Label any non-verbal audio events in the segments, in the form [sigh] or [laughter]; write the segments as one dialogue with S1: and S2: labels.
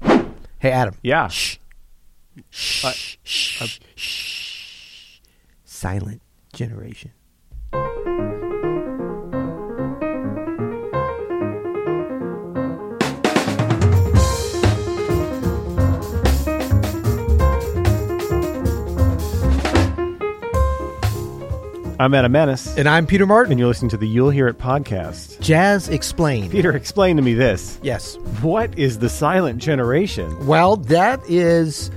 S1: Hey, Adam.
S2: Yeah.
S1: Shh. Shh. shh. shh. Silent generation.
S2: I'm Adam Menace,
S1: And I'm Peter Martin.
S2: and you're listening to the You'll Hear It podcast.
S1: Jazz explained.
S2: Peter, explain to me this.
S1: Yes.
S2: What is the silent generation?
S1: Well, that is.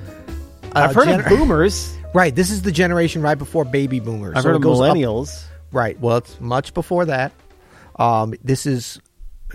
S1: uh,
S2: I've heard of
S1: gener- [laughs]
S2: boomers.
S1: Right. This is the generation right before baby boomers.
S2: I've
S1: So
S2: heard
S1: it
S2: of
S1: goes up-
S2: millennials.
S1: Right. Well, it's much before that. Um, this is,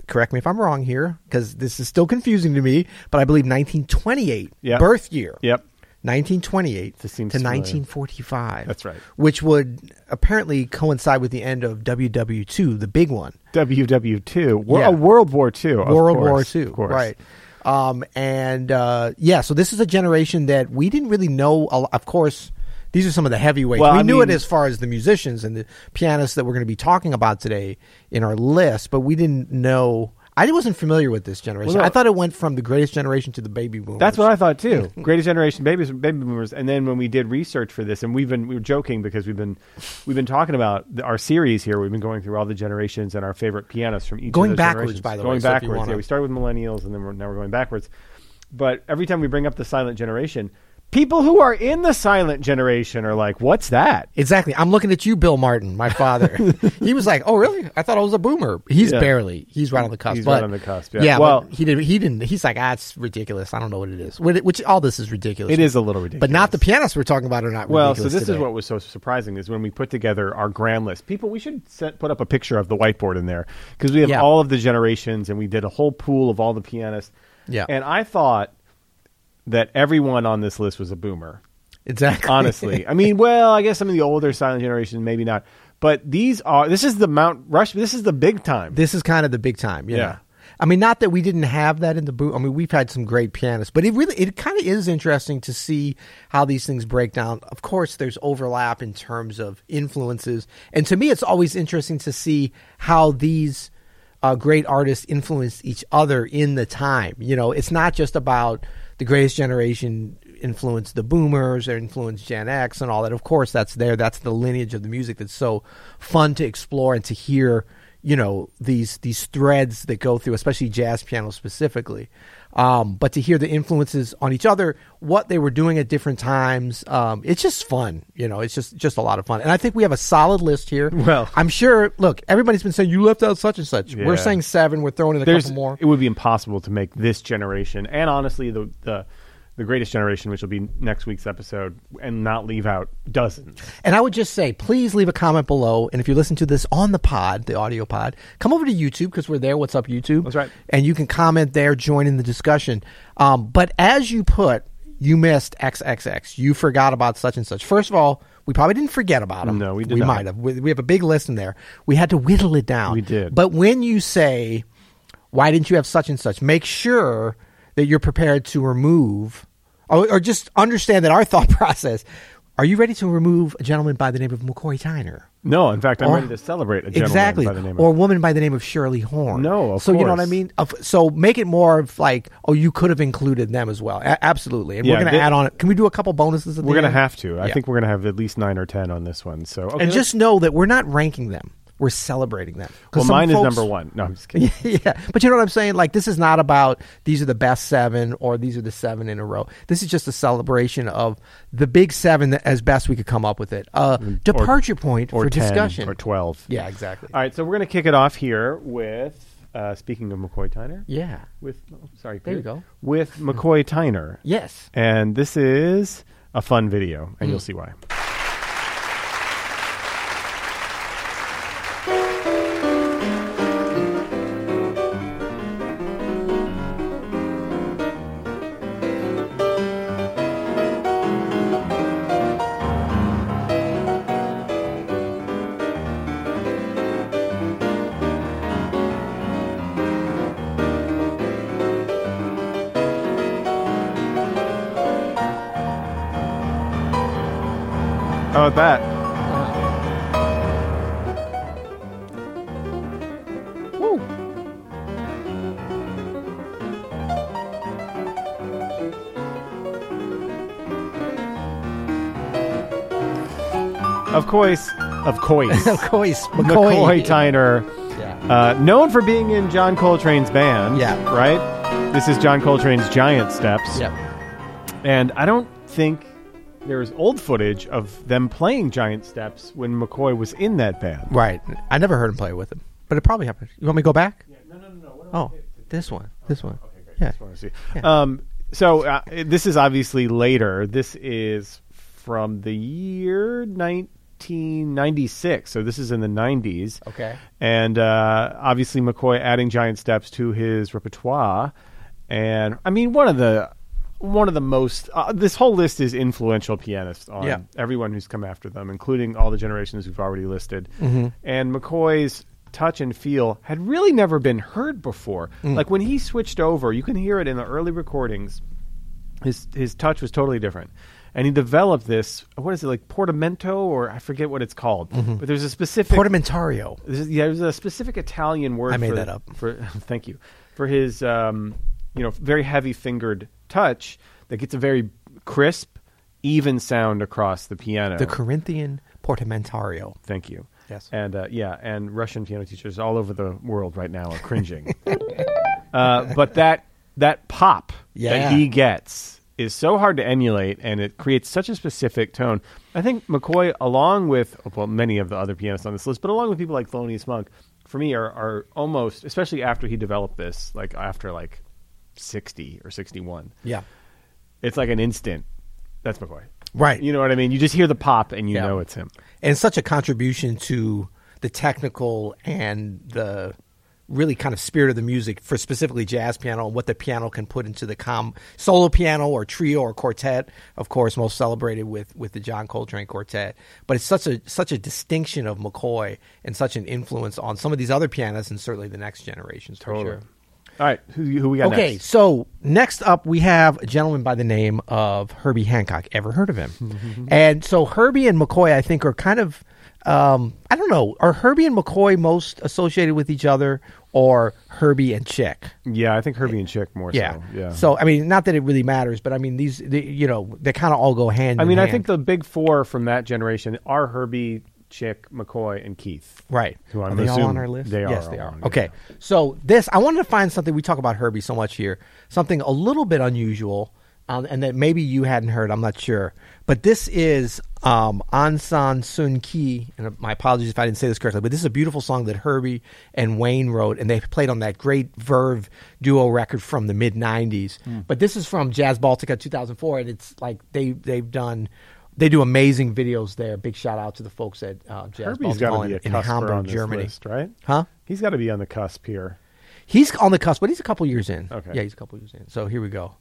S1: correct me if I'm wrong here, because this is still confusing to me, but I believe 1928,
S2: Yep.
S1: birth year.
S2: Yep.
S1: 1928 to
S2: This seems familiar.
S1: 1945.
S2: That's right.
S1: Which would apparently coincide with the end of WW2, the big one.
S2: WW2. Wor-
S1: Yeah.
S2: oh, World War II. of
S1: World
S2: course,
S1: War
S2: Of
S1: II,
S2: course.
S1: right? Um, and uh, yeah, so this is a generation that we didn't really know. A lo- of course, these are some of the heavyweights.
S2: Well,
S1: we
S2: I
S1: knew it
S2: mean-
S1: as far as the musicians and the pianists that we're going to be talking about today in our list, but we didn't know. I wasn't familiar with this generation.
S2: Well, no.
S1: I thought it went from the greatest generation to the baby boomers.
S2: That's what I thought too. [laughs] Greatest generation babies, baby boomers, and then when we did research for this, and we've been we were joking because we've been we've been talking about the, our series here. We've been going through all the generations and our favorite pianists from each.
S1: Going
S2: of those
S1: backwards,
S2: generations.
S1: by the way,
S2: going
S1: so if you
S2: backwards.
S1: wanna-
S2: yeah, we started with millennials, and then we're, now we're going backwards. But every time we bring up the silent generation, people who are in the silent generation are like, "What's that?"
S1: Exactly. I'm looking at you, Bill Martin, my
S2: [laughs]
S1: father. he was like, "Oh, really? I thought I was a boomer." He's
S2: Yeah.
S1: barely. He's right on the cusp.
S2: He's
S1: but-
S2: right on the cusp, yeah. Well-
S1: well, he did. He didn't. He's like, "Ah, it's ridiculous. I don't know what it is." Which, which all this is ridiculous.
S2: It is a little ridiculous,
S1: But not the pianists we're talking about are not.
S2: Well, so
S1: ridiculous
S2: this is
S1: today.
S2: what was so surprising is when we put together our grand list. People, we should set, put up a picture of the whiteboard in there because we have
S1: Yeah.
S2: all of the generations and we did a whole pool of all the pianists.
S1: Yeah.
S2: And I thought that everyone on this list was
S1: [laughs]
S2: a boomer.
S1: exactly.
S2: Honestly, I mean, well, I guess some of the older silent generation maybe not, but these are this is the Mount Rush. This is the big time.
S1: This is kind of the big time. Yeah.
S2: Yeah.
S1: I mean, not that we didn't have that in the boot. I mean, we've had some great pianists, but it really, it kind of is interesting to see how these things break down. Of course, there's overlap in terms of influences. And to me, it's always interesting to see how these uh, great artists influenced each other in the time. You know, it's not just about the greatest generation influenced the boomers or influenced Gen X and all that. Of course, that's there. That's the lineage of the music that's so fun to explore and to hear you know these these threads that go through, especially jazz piano specifically. Um, but to hear the influences on each other, what they were doing at different times, um, it's just fun. You know, it's just just a lot of fun. And I think we have a solid list here.
S2: Well-
S1: I'm sure. Look, everybody's been saying you left out such and such. We're
S2: Yeah.
S1: saying seven. We're throwing in a
S2: There's
S1: couple more.
S2: it would be impossible to make this generation and honestly the the the greatest generation, which will be next week's episode, and not leave out dozens.
S1: And I would just say, please leave a comment below. And if you listen to this on the pod, the audio pod, come over to YouTube because we're there. What's up, YouTube?
S2: That's right.
S1: And you can comment there, join in the discussion. Um, but as you put, you missed XXX. You forgot about such and such. First of all, we probably didn't forget about them.
S2: No, we did
S1: We
S2: not.
S1: might have. We, we have a big list in there. We had to whittle it down.
S2: We did.
S1: But when you say, why didn't you have such and such, make sure that you're prepared to remove or, or just understand that our [laughs] thought process. Are you ready to remove a gentleman by the name of McCoy Tyner?
S2: No, in fact, I'm
S1: Or-
S2: ready to celebrate a gentleman
S1: Exactly.
S2: by the name
S1: or a
S2: of.
S1: woman by the name of Shirley Horn.
S2: No, of
S1: So you know what I
S2: course.
S1: mean? Of- So make it more of like, oh, you could have included them as well. A- absolutely. And
S2: Yeah,
S1: we're going to
S2: thi-
S1: add on it. Can we do a couple bonuses at
S2: We're
S1: the
S2: gonna
S1: end?
S2: have to. I
S1: Yeah.
S2: think we're gonna have at least nine or ten on this one. So okay,
S1: And just know that we're not ranking them. We're celebrating them. 'Cause
S2: well,
S1: some
S2: mine is
S1: folks-
S2: number one. No, I'm just kidding.
S1: [laughs] yeah, but you know what I'm saying? Like, this is not about these are the best seven or these are the seven in a row. This is just a celebration of the big seven that, as best we could come up with it. Uh, departure point
S2: Mm, or
S1: for
S2: 10
S1: discussion.
S2: or twelve.
S1: Yeah, exactly.
S2: All right, so we're gonna kick it off here with uh, speaking of McCoy Tyner.
S1: Yeah.
S2: With oh, sorry,
S1: There you
S2: Peter.
S1: go.
S2: With McCoy Tyner.
S1: Yes.
S2: And this is a fun video, and
S1: Mm.
S2: you'll see why. How about that?
S1: Woo.
S2: of course, of [laughs] course,
S1: Of [laughs] course,
S2: McCoy
S1: McCoy.
S2: Tyner,
S1: Yeah.
S2: uh, known for being in John Coltrane's band.
S1: Yeah.
S2: Right? This is John Coltrane's Giant Steps.
S1: Yep.
S2: And I don't think there's old footage of them playing Giant Steps when McCoy was in that band.
S1: Right. I never heard him play with him, but it probably happened. You want me to go back?
S2: No, no, no, no.
S1: Oh, this one. This one.
S2: I
S1: Yeah.
S2: just want to see. Um, so uh, this is obviously later. This is from the year 1996. So this is in the 90s.
S1: Okay.
S2: And uh, obviously McCoy adding giant steps to his repertoire. And I mean, one of the one of the most uh, this whole list is influential pianists on
S1: Yeah.
S2: everyone who's come after them, including all the generations we've already listed. And McCoy's touch and feel had really never been heard before. Like when he switched over, you can hear it in the early recordings. His his touch was totally different. And he developed this, what is it, like portamento, or I forget what it's called. But there's a specific
S1: Portamentario.
S2: there's, yeah, there's a specific Italian word.
S1: I made
S2: for,
S1: that up.
S2: For [laughs] thank you for his, um, you know, very heavy fingered touch that gets a very crisp, even sound across the piano.
S1: The Corinthian portamentario.
S2: thank you.
S1: Yes.
S2: And uh, yeah, and Russian piano teachers all over the world right now
S1: [laughs]
S2: are cringing. uh, but that that pop
S1: Yeah.
S2: that he gets is so hard to emulate, and it creates such a specific tone. I think McCoy, along with well, many of the other pianists on this list, but along with people like Thelonious Monk, for me are are almost, especially after he developed this, like after like sixty or sixty one,
S1: Yeah.
S2: it's like an instant. That's McCoy.
S1: Right.
S2: You know what I mean? You just hear the pop, and you
S1: Yeah.
S2: know it's him.
S1: and such a contribution to the technical and the really kind of spirit of the music for specifically jazz piano and what the piano can put into the com solo piano or trio or quartet of course most celebrated with with the John Coltrane quartet but it's such a such a distinction of McCoy and such an influence on some of these other pianists and certainly the next generations for sure.
S2: All right, who, who we got
S1: okay
S2: next?
S1: so next up we have a gentleman by the name of herbie hancock ever heard of
S2: Mm-hmm.
S1: him and so herbie and mccoy i think are kind of um, i don't know are herbie and mccoy most associated with each other or herbie and chick
S2: Yeah, I think Herbie and Chick more
S1: yeah
S2: so. Yeah.
S1: so i mean not that it really matters but i mean these they, you know they kind of all go hand
S2: I
S1: in
S2: mean, I
S1: hand.
S2: think the big four from that generation are Herbie, Chick, McCoy, and Keith.
S1: Right.
S2: Who I'm
S1: are they all
S2: assume-
S1: on our list?
S2: they are
S1: Yes, they
S2: all
S1: are.
S2: on, yeah.
S1: okay. So this, I wanted to find something. We talk about Herbie so much here. Something a little bit unusual, um, and that maybe you hadn't heard. I'm not sure. But this is um, Ansan Sun Ki, and uh, my apologies if I didn't say this correctly. But this is a beautiful song that Herbie and Wayne wrote, and they played on that great Verve duo record from the mid '90s.
S2: Hmm.
S1: But this is from Jazz Baltica 2004, and it's like they they've done. They do amazing videos there. Big shout out to the folks at uh, Jazz
S2: Herbie's
S1: Baltica
S2: got to be
S1: in-
S2: a
S1: in
S2: cusp
S1: Hamburg,
S2: on this
S1: Germany.
S2: list, right?
S1: Huh?
S2: He's got to be on the cusp here.
S1: He's on the cusp, but he's a couple years in.
S2: Okay.
S1: Yeah, he's a couple years in. So here we go.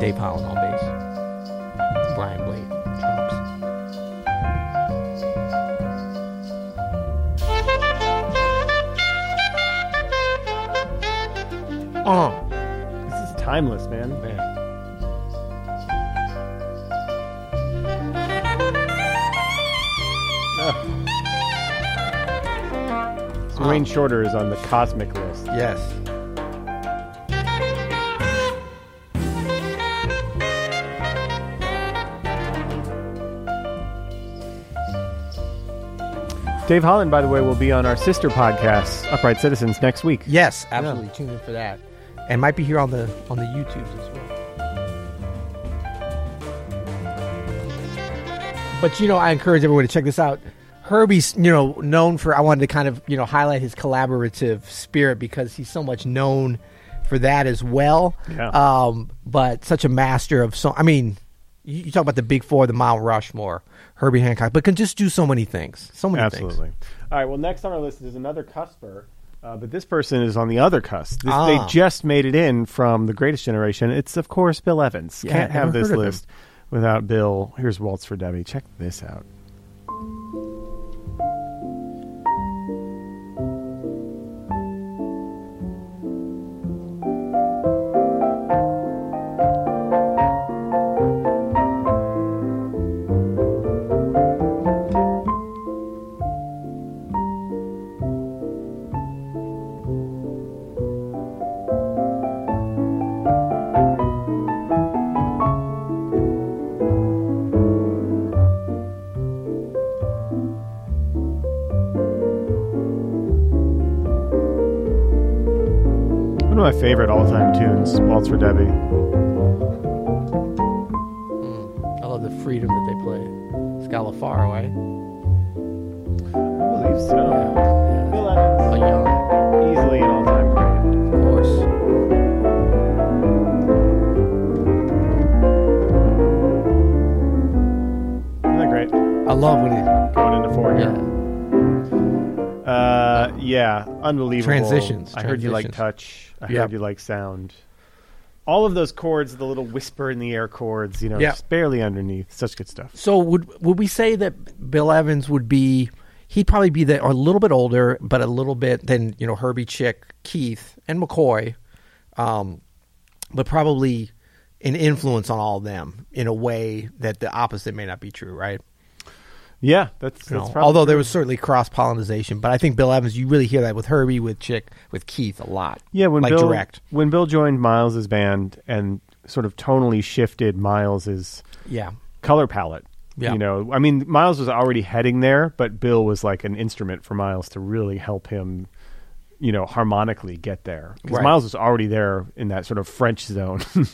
S1: Dave Holland on bass. Brian Blade drums. Uh.
S2: This is timeless, man. So Wayne Shorter is on the cosmic list.
S1: Yes.
S2: Dave Holland, by the way, will be on our sister podcast, Upright Citizens, next week.
S1: Yes, absolutely. Tune in for that, and might be here on the on the YouTubes as well. But you know, I encourage everyone to check this out. Herbie's, you know, known for. I wanted to kind of you know highlight his collaborative spirit because he's so much known for that as well.
S2: Yeah.
S1: Um, but such a master of so. I mean, you, you talk about the big four, the Mount Rushmore, Herbie Hancock, but can just do so many things. So many things.
S2: Absolutely. All right. Well, next on our list is another cusper, uh, but this person is on the other cusp. This,
S1: Ah.
S2: They just made it in from the Greatest Generation. It's of course Bill Evans.
S1: Yeah,
S2: Can't have
S1: never
S2: this
S1: heard of him.
S2: list without Bill. Here's Waltz for Debbie. Check this out. my favorite all time tunes, Waltz for Debbie.
S3: I love the freedom that they play. It's got LaFar, right?
S2: I believe so.
S3: Yeah.
S2: Bill Evans,
S3: A young,
S2: easily an all time great.
S3: of course.
S2: Isn't that great?
S1: I love when it
S2: Going into four here.
S3: Yeah.
S2: Uh, yeah, unbelievable.
S1: Transitions,
S2: I heard you like
S1: transitions.
S2: touch. I
S1: Yep.
S2: heard you like sound. All of those chords, the little whisper in the air chords, you know,
S1: Yep.
S2: just barely underneath. Such good stuff.
S1: So would would we say that Bill Evans would be? He'd probably be that a little bit older, but a little bit than you know Herbie Chick, Keith, and McCoy, um, but probably an influence on all of them in a way that the opposite may not be true, right?
S2: Yeah, that's, that's
S1: You know,
S2: probably
S1: although there
S2: true.
S1: was certainly cross pollination, but I think Bill Evans, you really hear that with Herbie, with Chick, with Keith a lot.
S2: Yeah, when
S1: like
S2: Bill
S1: direct,
S2: when Bill joined Miles's band and sort of tonally shifted Miles's
S1: yeah,
S2: color palette.
S1: Yeah.
S2: You know, I mean, Miles was already heading there, but Bill was like an instrument for Miles to really help him, you know, harmonically get there. Because
S1: Right.
S2: Miles was already there in that sort of French zone, [laughs]
S1: Right,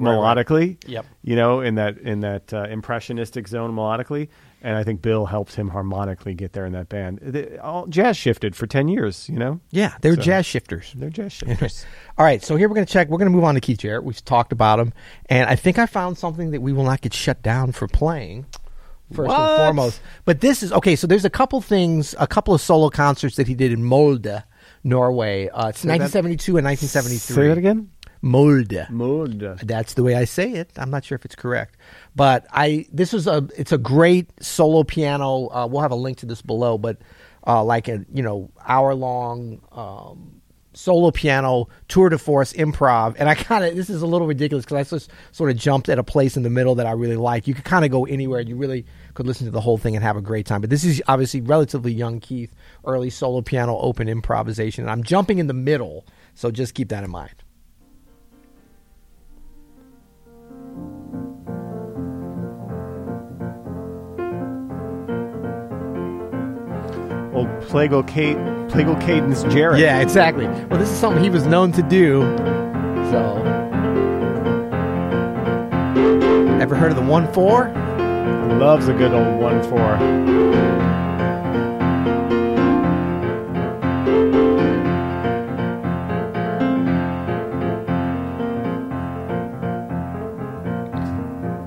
S1: right, right.
S2: melodically.
S1: Yep.
S2: You know, in that in that uh, impressionistic zone melodically, and I think Bill helped him harmonically get there in that band. The- all jazz shifted for ten years. You know,
S1: yeah, they're
S2: So-
S1: jazz shifters. [laughs]
S2: they're jazz shifters.
S1: All right, so here we're going to check. We're going to move on to Keith Jarrett. We've talked about him, and I think I found something that we will not get shut down for playing. First
S2: What?
S1: and foremost, but this is okay. So there's a couple things, a couple of solo concerts that he did in Molde, Norway. Uh, it's 1972 and 1973.
S2: Say that again.
S1: Molde.
S2: Mood.
S1: That's the way I say it. I'm not sure if it's correct, but I this is a it's a great solo piano. Uh, we'll have a link to this below, but uh, like a you know hour long um, solo piano tour de force improv. And I kind of this is a little ridiculous because I just sort of jumped at a place in the middle that I really like. You could kind of go anywhere. You really could listen to the whole thing and have a great time. But this is obviously relatively young Keith, early solo piano open improvisation. And I'm jumping in the middle, so just keep that in mind.
S2: Old plagal, ca- plagal cadence. Jared.
S1: Yeah, exactly. Well, this is something he was known to do. So, ever heard of the one four?
S2: Loves a good old one four.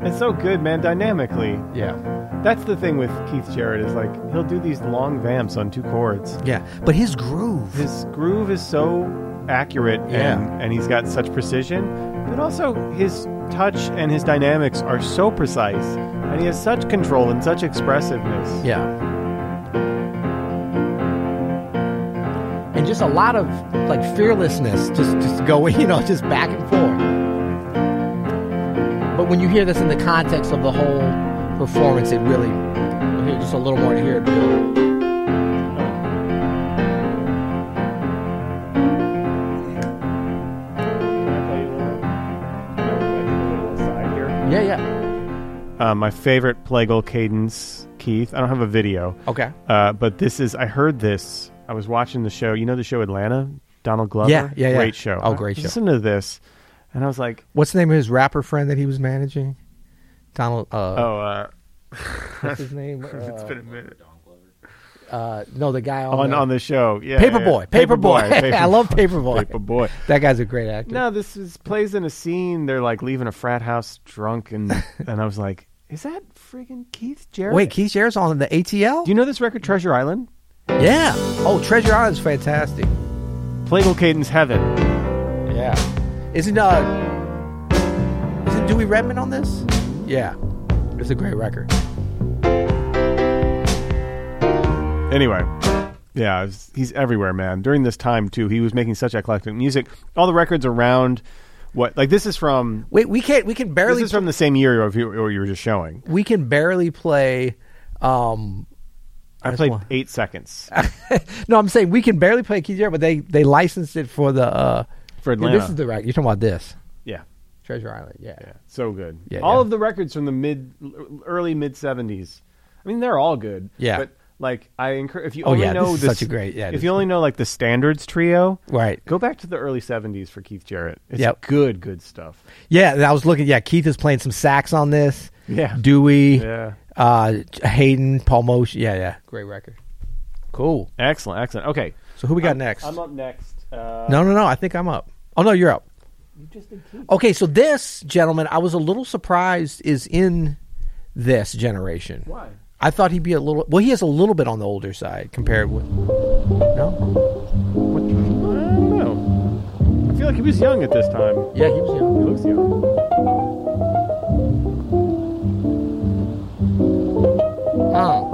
S2: It's so good, man, dynamically.
S1: Yeah,
S2: That's the thing with Keith Jarrett is like he'll do these long vamps on two chords.
S1: yeah. But his groove.
S2: His groove is so accurate
S1: Yeah.
S2: and, and he's got such precision. But also his touch and his dynamics are so precise. And he has such control and such expressiveness.
S1: yeah. And just a lot of like fearlessness, just just going, [laughs] you know, just back and forth. But when you hear this in the context of the whole performance, it really you'll hear just a little more to hear it build. Yeah, yeah.
S2: Uh, my favorite plagal cadence, Keith. I don't have a video,
S1: Okay.
S2: uh, but this is. I heard this. I was watching the show. You know the show Atlanta, Donald Glover.
S1: Yeah, yeah, yeah.
S2: Great show.
S1: Oh, great show.
S2: Listen to this, and I was like,
S1: What's the name of his rapper friend that he was managing? Donald. Uh,
S2: oh, uh,
S1: what's his
S2: [laughs]
S1: name? Uh,
S2: a minute.
S1: uh, no, the guy on,
S2: On
S1: the,
S2: on the show, yeah,
S1: Paperboy.
S2: yeah.
S1: Paperboy. [laughs] I love Paperboy.
S2: Paperboy.
S1: That guy's a great actor.
S2: No, this is plays in a scene. They're like leaving a frat house
S1: [laughs]
S2: drunk, and and I was like, is that friggin' Keith Jarrett?
S1: Wait, Keith Jarrett's on the ATL.
S2: do you know this record, Treasure Island?
S1: yeah. Oh, Treasure Island's fantastic.
S2: Plagal Cadence Heaven.
S1: Yeah. Isn't uh, isn't Dewey Redman on this? Yeah. It's a great record.
S2: Anyway, yeah, it's- he's everywhere, man. During this time too, he was making such eclectic music. All the records around what like this is from
S1: Wait, we can't. We can barely.
S2: this is from the same year of you, or you were just showing.
S1: we can barely play. Um,
S2: I
S1: That's Ah.
S2: played
S1: one.
S2: eight seconds
S1: [laughs] no, I'm saying we can barely play Keith Jarrett, but they they licensed it for the. Uh,
S2: for
S1: yeah,
S2: Atlanta.
S1: this is the record. You're talking about this.
S2: yeah,
S1: Treasure Island, yeah.
S2: yeah, so good.
S1: Yeah,
S2: all
S1: yeah.
S2: of the records from the mid early mid seventies. I mean, they're all good.
S1: Yeah.
S2: but Like I encourage if you
S1: Oh,
S2: only
S1: yeah, this
S2: know
S1: is
S2: the
S1: such a
S2: s-
S1: great- yeah, it
S2: if
S1: is
S2: you only know like the standards trio,
S1: Right.
S2: Go back to the early '70s for Keith Jarrett. It's
S1: Yep.
S2: good, good stuff.
S1: Yeah, and I was looking. Yeah, Keith is playing some sax on this.
S2: Yeah.
S1: Dewey.
S2: Yeah.
S1: Uh, Hayden, Paul Mosh. Yeah, yeah.
S3: Great record.
S1: Cool.
S2: Excellent, excellent. Okay,
S1: So who we got next?
S2: I'm up next. Uh,
S1: no, no, no. I think I'm up. Oh no, you're up.
S2: you just did Keith.
S1: Okay, so this gentleman, I was a little surprised is in this generation.
S2: Why?
S1: I thought he'd be a little. Well, he is a little bit on the older side compared with. No.
S2: What, I don't know. I feel like he was young at this time.
S3: Yeah, he was young.
S2: He looks young.
S3: Oh.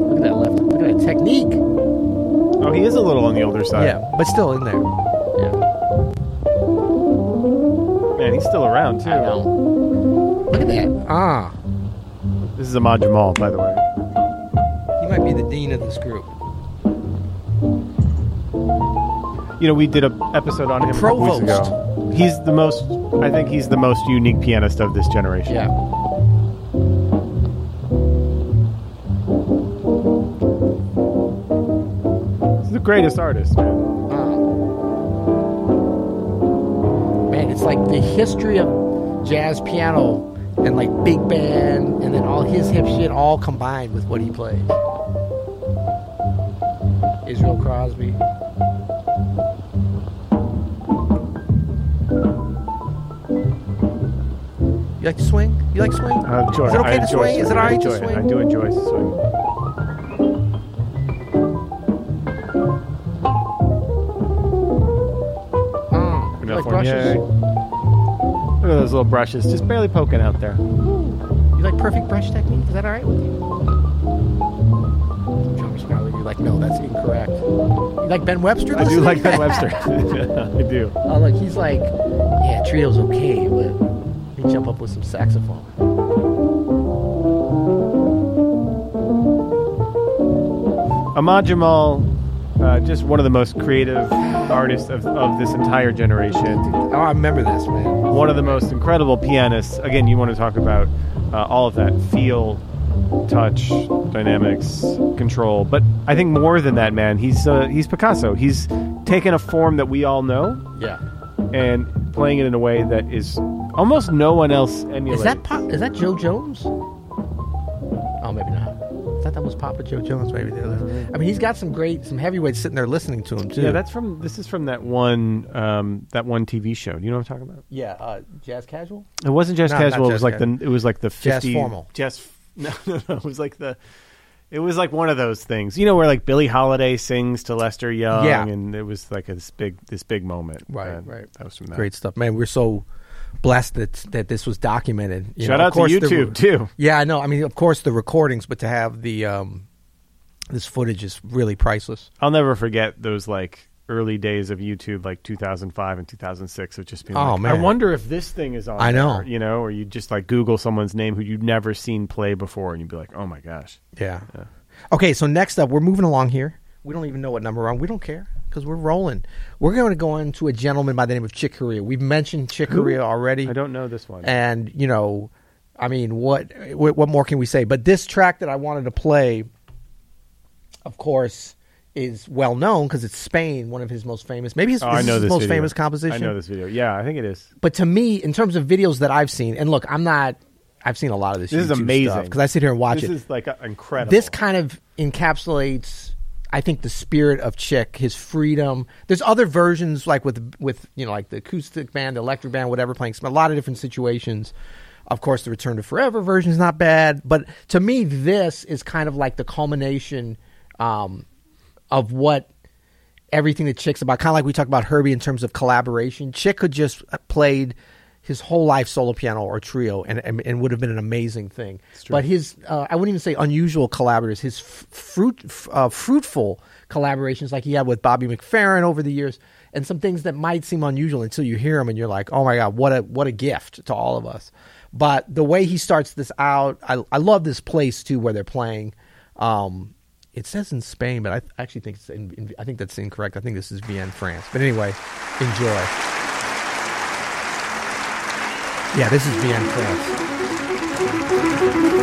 S3: Look at that left. Look at that technique.
S2: Oh, he is a little on the older side.
S1: Yeah, but still in there.
S3: Yeah.
S2: man, he's still around too.
S3: I know. Look at that.
S1: Ah,
S2: This is Ahmad Jamal, by the way.
S1: he might be the dean of this group.
S2: You know, we did a episode on him a couple weeks
S1: Provost.
S2: ago. He's the most. I think he's the most unique pianist of this generation.
S3: Yeah.
S2: He's the greatest artist, man.
S3: Uh, Um, Man, it's like the history of jazz piano and like big band and then all his hip shit all combined with what he plays. Israel Crosby.
S1: You like to swing? You like swing?
S2: I enjoy
S1: Is it
S2: I
S1: okay to
S2: enjoy
S1: swing? Is it
S2: I
S1: all right to
S2: enjoy it.
S1: swing?
S2: I do enjoy swing.
S3: Mm, you
S2: Enough
S3: like
S2: one.
S3: brushes.
S2: Yay. Look at those little brushes, just barely poking out there.
S3: You like perfect brush technique? Is that all right with you? John Scarlett, you're like, no, that's incorrect. You like Ben Webster?
S2: I do
S3: listening? [laughs]
S1: [laughs]
S2: like Ben Webster. [laughs] I do.
S3: Oh, look, he's like, yeah, trio's okay, but let me jump up with some saxophone.
S2: Ahmad Jamal, uh, just one of the most creative artists of, of this entire generation.
S1: Oh, I remember this, man.
S2: One of the most incredible pianists. Again, you want to talk about uh, all of that feel, touch, dynamics, control. But I think more than that, man, he's uh, he's Picasso. He's taken a form that we all know
S3: Yeah.
S2: and playing it in a way that is almost no one else emulates.
S3: Is that pop, is that Joe Jones? Oh, maybe not. I thought that was Papa Joe Jones, maybe. the other- I mean, he's got some great, some heavyweights sitting there listening to him too.
S2: Yeah, that's from. This is from that one. Um, that one TV show. Do you know what I'm talking about?
S3: yeah, uh, jazz casual.
S2: It wasn't jazz
S1: No, not
S2: casual. it was
S1: jazz
S2: like
S1: casual.
S2: the. It was like the 50,
S1: Jazz formal.
S2: Jazz. [laughs] No, no, no. It was like the. It was like one of those things, you know, where like Billie Holiday sings to Lester Young,
S1: Yeah.
S2: and it was like this big, this big moment.
S1: Right,
S2: And
S1: right.
S2: That was from that.
S1: Great stuff, man. We're so blessed that that this was documented. You
S2: Shout
S1: know, of
S2: out to
S1: course the-
S2: YouTube too.
S1: Yeah, I know. I mean, of course the recordings, but to have the um, this footage is really priceless.
S2: I'll never forget those like early days of YouTube, like 2005 and 2006, of just being.
S1: Oh,
S2: like, I
S1: man.
S2: wonder if this thing is on.
S1: I know.
S2: there," you know, or you just like Google someone's name who you've never seen play before, and you'd be like, oh my gosh.
S1: Yeah. Okay, so next up, we're moving along here. We don't even know what number we're on. We don't care because we're rolling. We're going to go into a gentleman by the name of Chick Corea. We've mentioned Chick Corea already.
S2: I don't know this one.
S1: and you know i mean what what what more can we say but this track that i wanted to play of course is well known because it's spain one of his most famous maybe his,
S2: Oh,
S1: is
S2: I know
S1: his
S2: this
S1: most
S2: video.
S1: famous composition
S2: I know this video. Yeah, I think it is.
S1: but to me in terms of videos that i've seen and look i'm not i've seen a lot of this
S2: This is amazing.
S1: because i sit here and watch
S2: this
S1: it
S2: is like uh,
S1: [laughs]
S2: incredible.
S1: this kind of encapsulates I think the spirit of Chick, his freedom. There's other versions like with with you know like the acoustic band, the electric band, whatever playing some, a lot of different situations. Of course, the Return to Forever version is not bad, but to me, this is kind of like the culmination um, of what everything that Chick's about. Kind of like we talked about Herbie in terms of collaboration. Chick could just uh, played his whole life solo piano or trio, and and, and would have been an amazing thing. But his, uh, I wouldn't even say unusual collaborators. His f- fruit f- uh, fruitful collaborations, like he had with Bobby McFerrin over the years, and some things that might seem unusual until you hear them, and you're like, oh my god, what a what a gift to all of us. But the way he starts this out, I, I love this place too where they're playing. Um, it says in Spain, but I th- actually think it's in, in, I think that's incorrect. I think this is Vienne, France. But anyway, enjoy. Yeah, this is Vienne, France.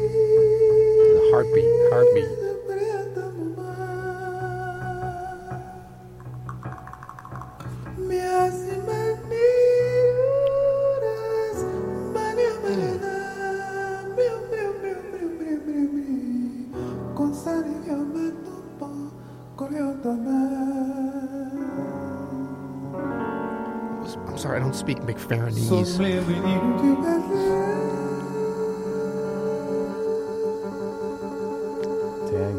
S1: The heartbeat, heartbeat. I'm sorry, I don't speak McFarrenese.
S2: Dang.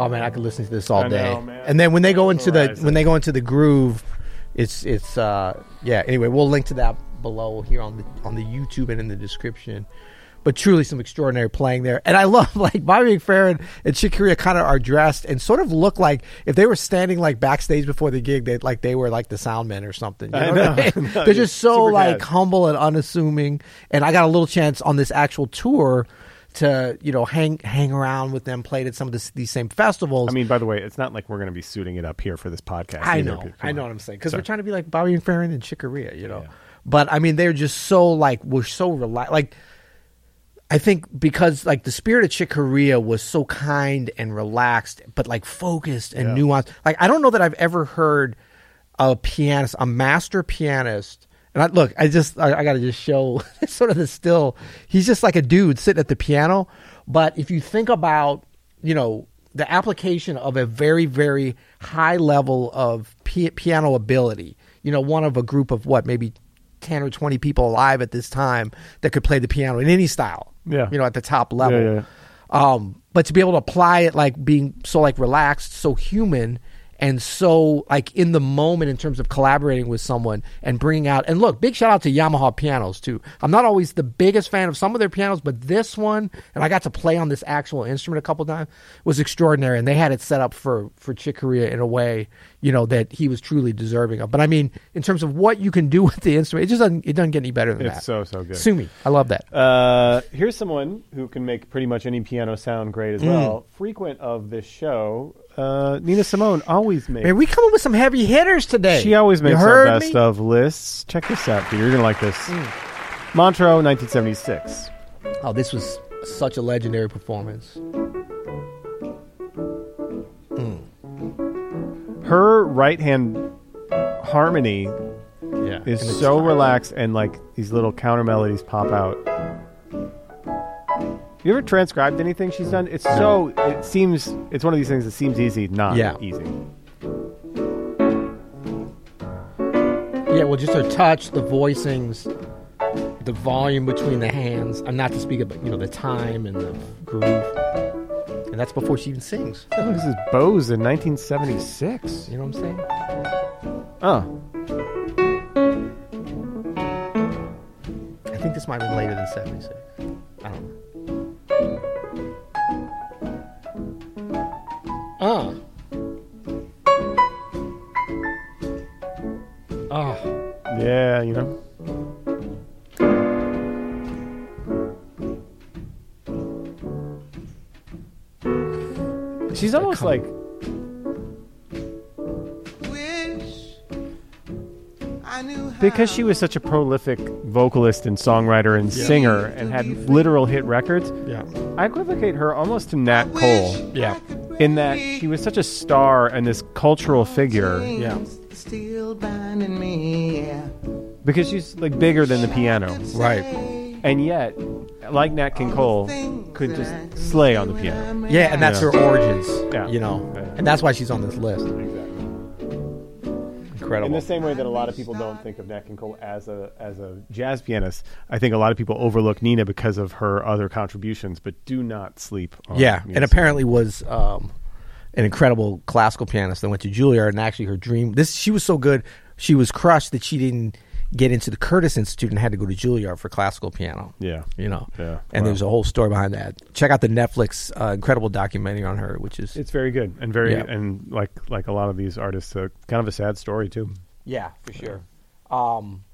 S1: Oh man, I could listen to this all
S2: I
S1: day.
S2: know, man.
S1: and then when they go into the
S2: Mesmerizing.
S1: when they go into the groove, it's it's uh yeah. Anyway, we'll link to that below here on the on the YouTube and in the description. But truly, some extraordinary playing there, and I love [laughs] like Bobby McFerrin and Shakira kind of are dressed and sort of look like if they were standing like backstage before the gig, they like they were like the sound men or something. You
S2: I
S1: know what I
S2: know. [laughs]
S1: mean?
S2: No,
S1: They're just
S2: you're
S1: so
S2: super
S1: like
S2: casual.
S1: humble and unassuming. And I got a little chance on this actual tour to you know hang hang around with them, played at some of this, these same festivals.
S2: I mean, by the way, it's not like we're going to be suiting it up here for this podcast.
S1: I
S2: either.
S1: know,
S2: Come
S1: I know
S2: on.
S1: what I'm saying because
S2: Sorry.
S1: we're trying to be like Bobby and Farron and Chicoria, you know.
S2: Yeah.
S1: But I mean, they're just so like we're so relaxed. Like I think because like the spirit of Chicoria was so kind and relaxed, but like focused and
S2: Yeah.
S1: nuanced. Like I don't know that I've ever heard a pianist, a master pianist. And I, look, I just I, I got to just show [laughs] sort of the still. He's just like a dude sitting at the piano. But if you think about you know the application of a very very high level of pi- piano ability, you know, one of a group of what maybe 10 or 20 people alive at this time that could play the piano in any style.
S2: Yeah.
S1: You know, at the top level.
S2: Yeah, yeah.
S1: Um, but to be able to apply it like being so like relaxed, so human and so like in the moment in terms of collaborating with someone and bringing out and look, big shout out to Yamaha pianos too. I'm not always the biggest fan of some of their pianos, but this one and I got to play on this actual instrument a couple times was extraordinary and they had it set up for for Chicoria in a way, you know, that he was truly deserving of. But I mean, in terms of what you can do [laughs] with the instrument, it just doesn't it doesn't get any better than
S2: It's
S1: that.
S2: so, so good.
S1: Sue me. I love that.
S2: Uh, here's someone who can make pretty much any piano sound great
S1: Mm.
S2: as well. Frequent of this show, uh, Nina Simone always makes.
S1: Man, we coming with some heavy hitters today.
S2: She always
S1: You
S2: makes our
S1: heard
S2: best
S1: me?
S2: of lists. Check this out, dude. You're gonna like this.
S1: Mm.
S2: Montreux, 1976.
S1: Oh, this was such a legendary performance.
S2: Her right hand harmony
S1: Yeah,
S2: is so relaxed, and like these little counter melodies pop out. You ever transcribed anything she's done? It's so. It seems. It's one of these things that seems easy, not
S1: Yeah.
S2: easy.
S1: yeah. Well, just her touch, the voicings, the the volume between the hands. I'm not to speak about you know the time and the groove, and that's before she even sings.
S2: Oh, this is Bose in 1976.
S1: You know what I'm saying?
S2: Oh,
S1: I think this might have been later than 76. I don't know. Ah. Ah.
S2: yeah, you know. She's almost like
S4: Wish I knew how.
S2: because she was such a prolific vocalist and songwriter and singer and had literal hit records.
S1: Yeah.
S2: I equivocate her almost to Nat Cole
S1: Yeah.
S2: in that she was such a star and this cultural figure
S1: Yeah.
S4: Still binding me. yeah.
S2: because she's like bigger than the piano.
S1: Right.
S4: Say
S2: And yet, like Nat King Cole, could just slay on the piano.
S4: I'm in
S1: Yeah, and that's
S2: Yeah.
S1: her origins.
S2: Yeah.
S1: You know,
S2: Yeah.
S1: and that's why she's on this list. Incredible.
S2: In the same way that a lot of people don't think of Nat King Cole as a as a jazz pianist, I think a lot of people overlook Nina because of her other contributions, but do not sleep on
S1: yeah, and
S2: music.
S1: apparently was um, an incredible classical pianist that went to Juilliard, and actually her dream. This she was so good, she was crushed that she didn't get into the Curtis Institute and had to go to Juilliard for classical piano.
S2: Yeah.
S1: you know.
S2: Yeah,
S1: and
S2: wow.
S1: there's a whole story behind that. Check out the Netflix uh, incredible documentary on her, which is
S2: It's very good and very
S1: Yeah.
S2: and like like a lot of these artists, uh, kind of a sad story too.
S1: Yeah, for sure. Um,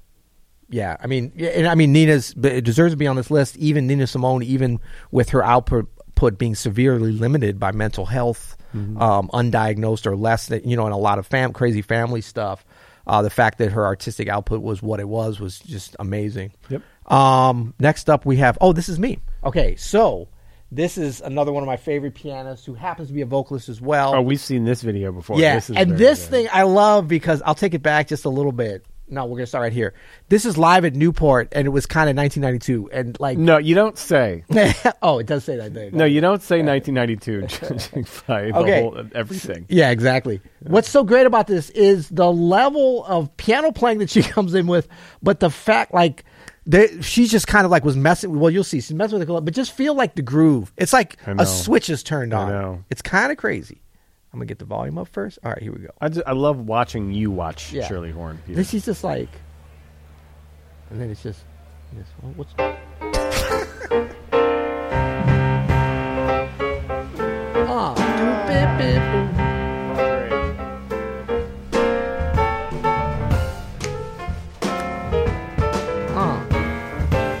S1: yeah, I mean, yeah, and I mean, Nina's it deserves to be on this list. Even Nina Simone, even with her output put being severely limited by mental health, um, undiagnosed or less than you know, and a lot of fam crazy family stuff. Uh, the fact that her artistic output was what it was was just amazing.
S2: Yep.
S1: Um, next up, we have oh, this is me. Okay, so this is another one of my favorite pianists who happens to be a vocalist as well.
S2: Oh, we've seen this video before.
S1: Yeah,
S2: This is
S1: and
S2: very
S1: this
S2: good.
S1: thing I love because I'll take it back just a little bit. No, we're gonna start right here. This is live at Newport, and it was kind of 1992, and like,
S2: No, you don't say.
S1: [laughs] oh, it does say that thing.
S2: No, you don't
S1: [laughs]
S2: say 1992. Judging by the
S1: Okay.
S2: whole, uh, everything.
S1: [laughs] Yeah, exactly. What's so great about this is the level of piano playing that she [laughs] comes in with, but the fact like that she's just kind of like was messing. Well, you'll see, she's messing with the but just feel like the groove. It's like
S2: I know.
S1: a switch is turned on.
S2: know.
S1: It's kind of crazy. I'm gonna get the volume up first. All right, here we go.
S2: I, just, I love watching you watch
S1: Yeah.
S2: Shirley Horn. Peter.
S1: This is just like, and then it's just, it's, well, what's Ah.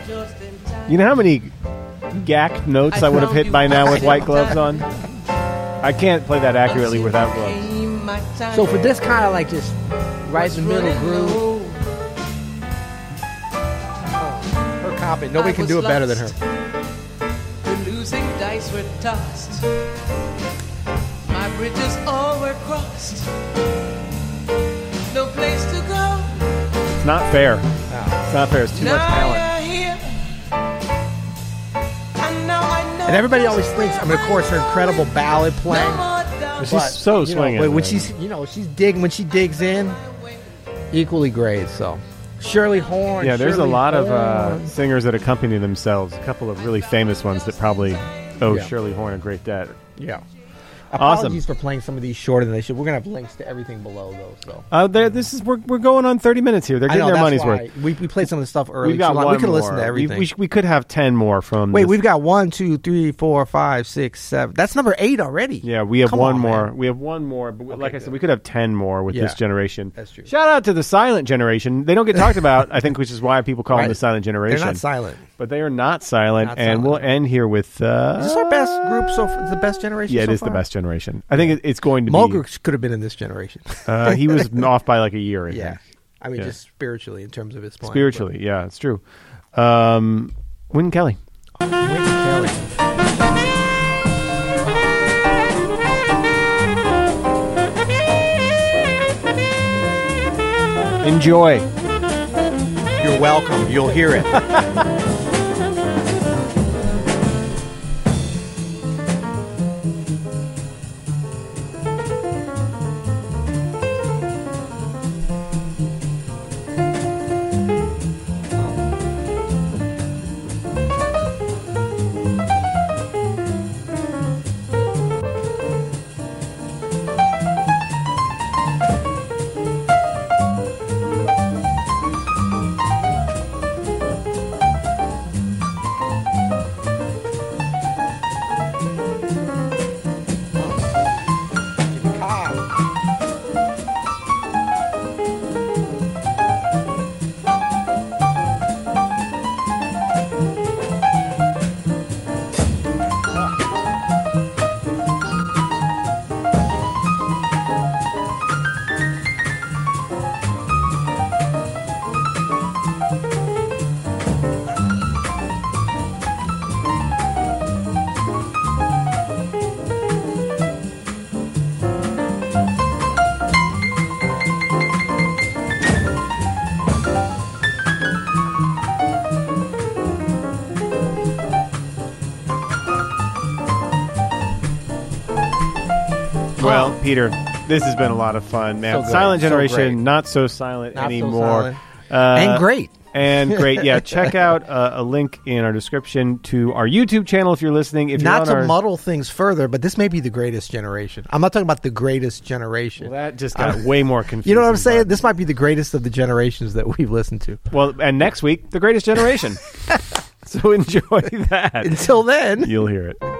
S4: Just in time.
S2: You know how many gack notes I, would have hit by now with white gloves on? I can't play that accurately without gloves.
S4: gloves.
S1: so for this kind of like just right in the middle groove, her copy. Nobody can do it better than her.
S4: The losing dice were tossed. My bridges all were crossed. No place to go.
S2: It's not fair.
S1: Oh.
S2: It's not fair. It's too much
S4: now
S2: talent.
S4: you're here. And now I know
S1: And everybody
S4: just
S1: always thinks, I mean, of
S4: where
S1: course, her
S4: I'm
S1: incredible
S4: going.
S1: ballad
S4: No
S1: playing.
S4: more doubt.
S2: She's so
S1: you know,
S2: swinging,
S1: when- when
S2: man.
S1: she's, you know, she's digging. When she digs in, equally great. So, Shirley Horn.
S2: Yeah, there's a
S1: Shirley
S2: lot of uh,
S1: Horn.
S2: singers that accompany themselves. A couple of really famous ones that probably owe
S1: Yeah.
S2: Shirley Horn a great debt.
S1: yeah.
S2: Awesome.
S1: Apologies for playing some of these shorter than they should. We're gonna have links to everything below, though. So.
S2: Uh, there, this is we're, we're going on 30 minutes here. They're
S1: I
S2: getting
S1: know,
S2: their
S1: that's
S2: money's
S1: why.
S2: worth.
S1: We, we played some of the stuff early.
S2: We've got
S1: too long.
S2: one
S1: We could
S2: more.
S1: listen to everything.
S2: We, we, sh- we could have 10 more from.
S1: Wait,
S2: this.
S1: we've got one, two, three, four, five, six, seven. That's number eight already.
S2: Yeah, we have
S1: Come
S2: one
S1: on,
S2: more.
S1: man.
S2: We have one more, but like I
S1: good.
S2: said, we could have ten more with this
S1: Yeah.
S2: generation.
S1: That's true.
S2: Shout out to the silent generation. They don't get talked about, I think, which is why people call
S1: Right.
S2: them the silent generation.
S1: They're not silent.
S2: but they are not silent.
S1: Not
S2: and
S1: silent.
S2: we'll end here with. Uh,
S1: Is this our best group so far? The best generation?
S2: Yeah, it
S1: so
S2: is the
S1: far?
S2: best generation. I think it, it's going to be.
S1: Mulgrew could have been in this generation. [laughs]
S2: Uh, he was [laughs] off by like a year. I
S1: yeah,
S2: think.
S1: I mean,
S2: Yeah.
S1: just spiritually in terms of his playing.
S2: spiritually. Yeah, it's true. Um, Wynn Kelly.
S1: but- Wynton Kelly.
S2: Enjoy.
S1: You're welcome. You'll hear it.
S2: Well, Peter, this has been a lot of fun, man.
S1: So good.
S2: silent
S1: So great.
S2: Generation, not so silent
S1: Not so
S2: anymore.
S1: silent.
S2: Uh,
S1: and great. [laughs]
S2: and great. Yeah, check out uh, a link in our description to our YouTube channel if you're listening. If
S1: Not
S2: you're
S1: to
S2: on our,
S1: muddle things further, but this may be the greatest generation. I'm not talking about the greatest generation.
S2: Well, that just
S1: [laughs]
S2: got way more confusing.
S1: you know what I'm saying?
S2: but-
S1: This might be the greatest of the generations that we've listened to.
S2: well,
S1: [laughs]
S2: and next week, the Greatest Generation. so enjoy [laughs] that.
S1: Until then. [laughs]
S2: You'll hear it.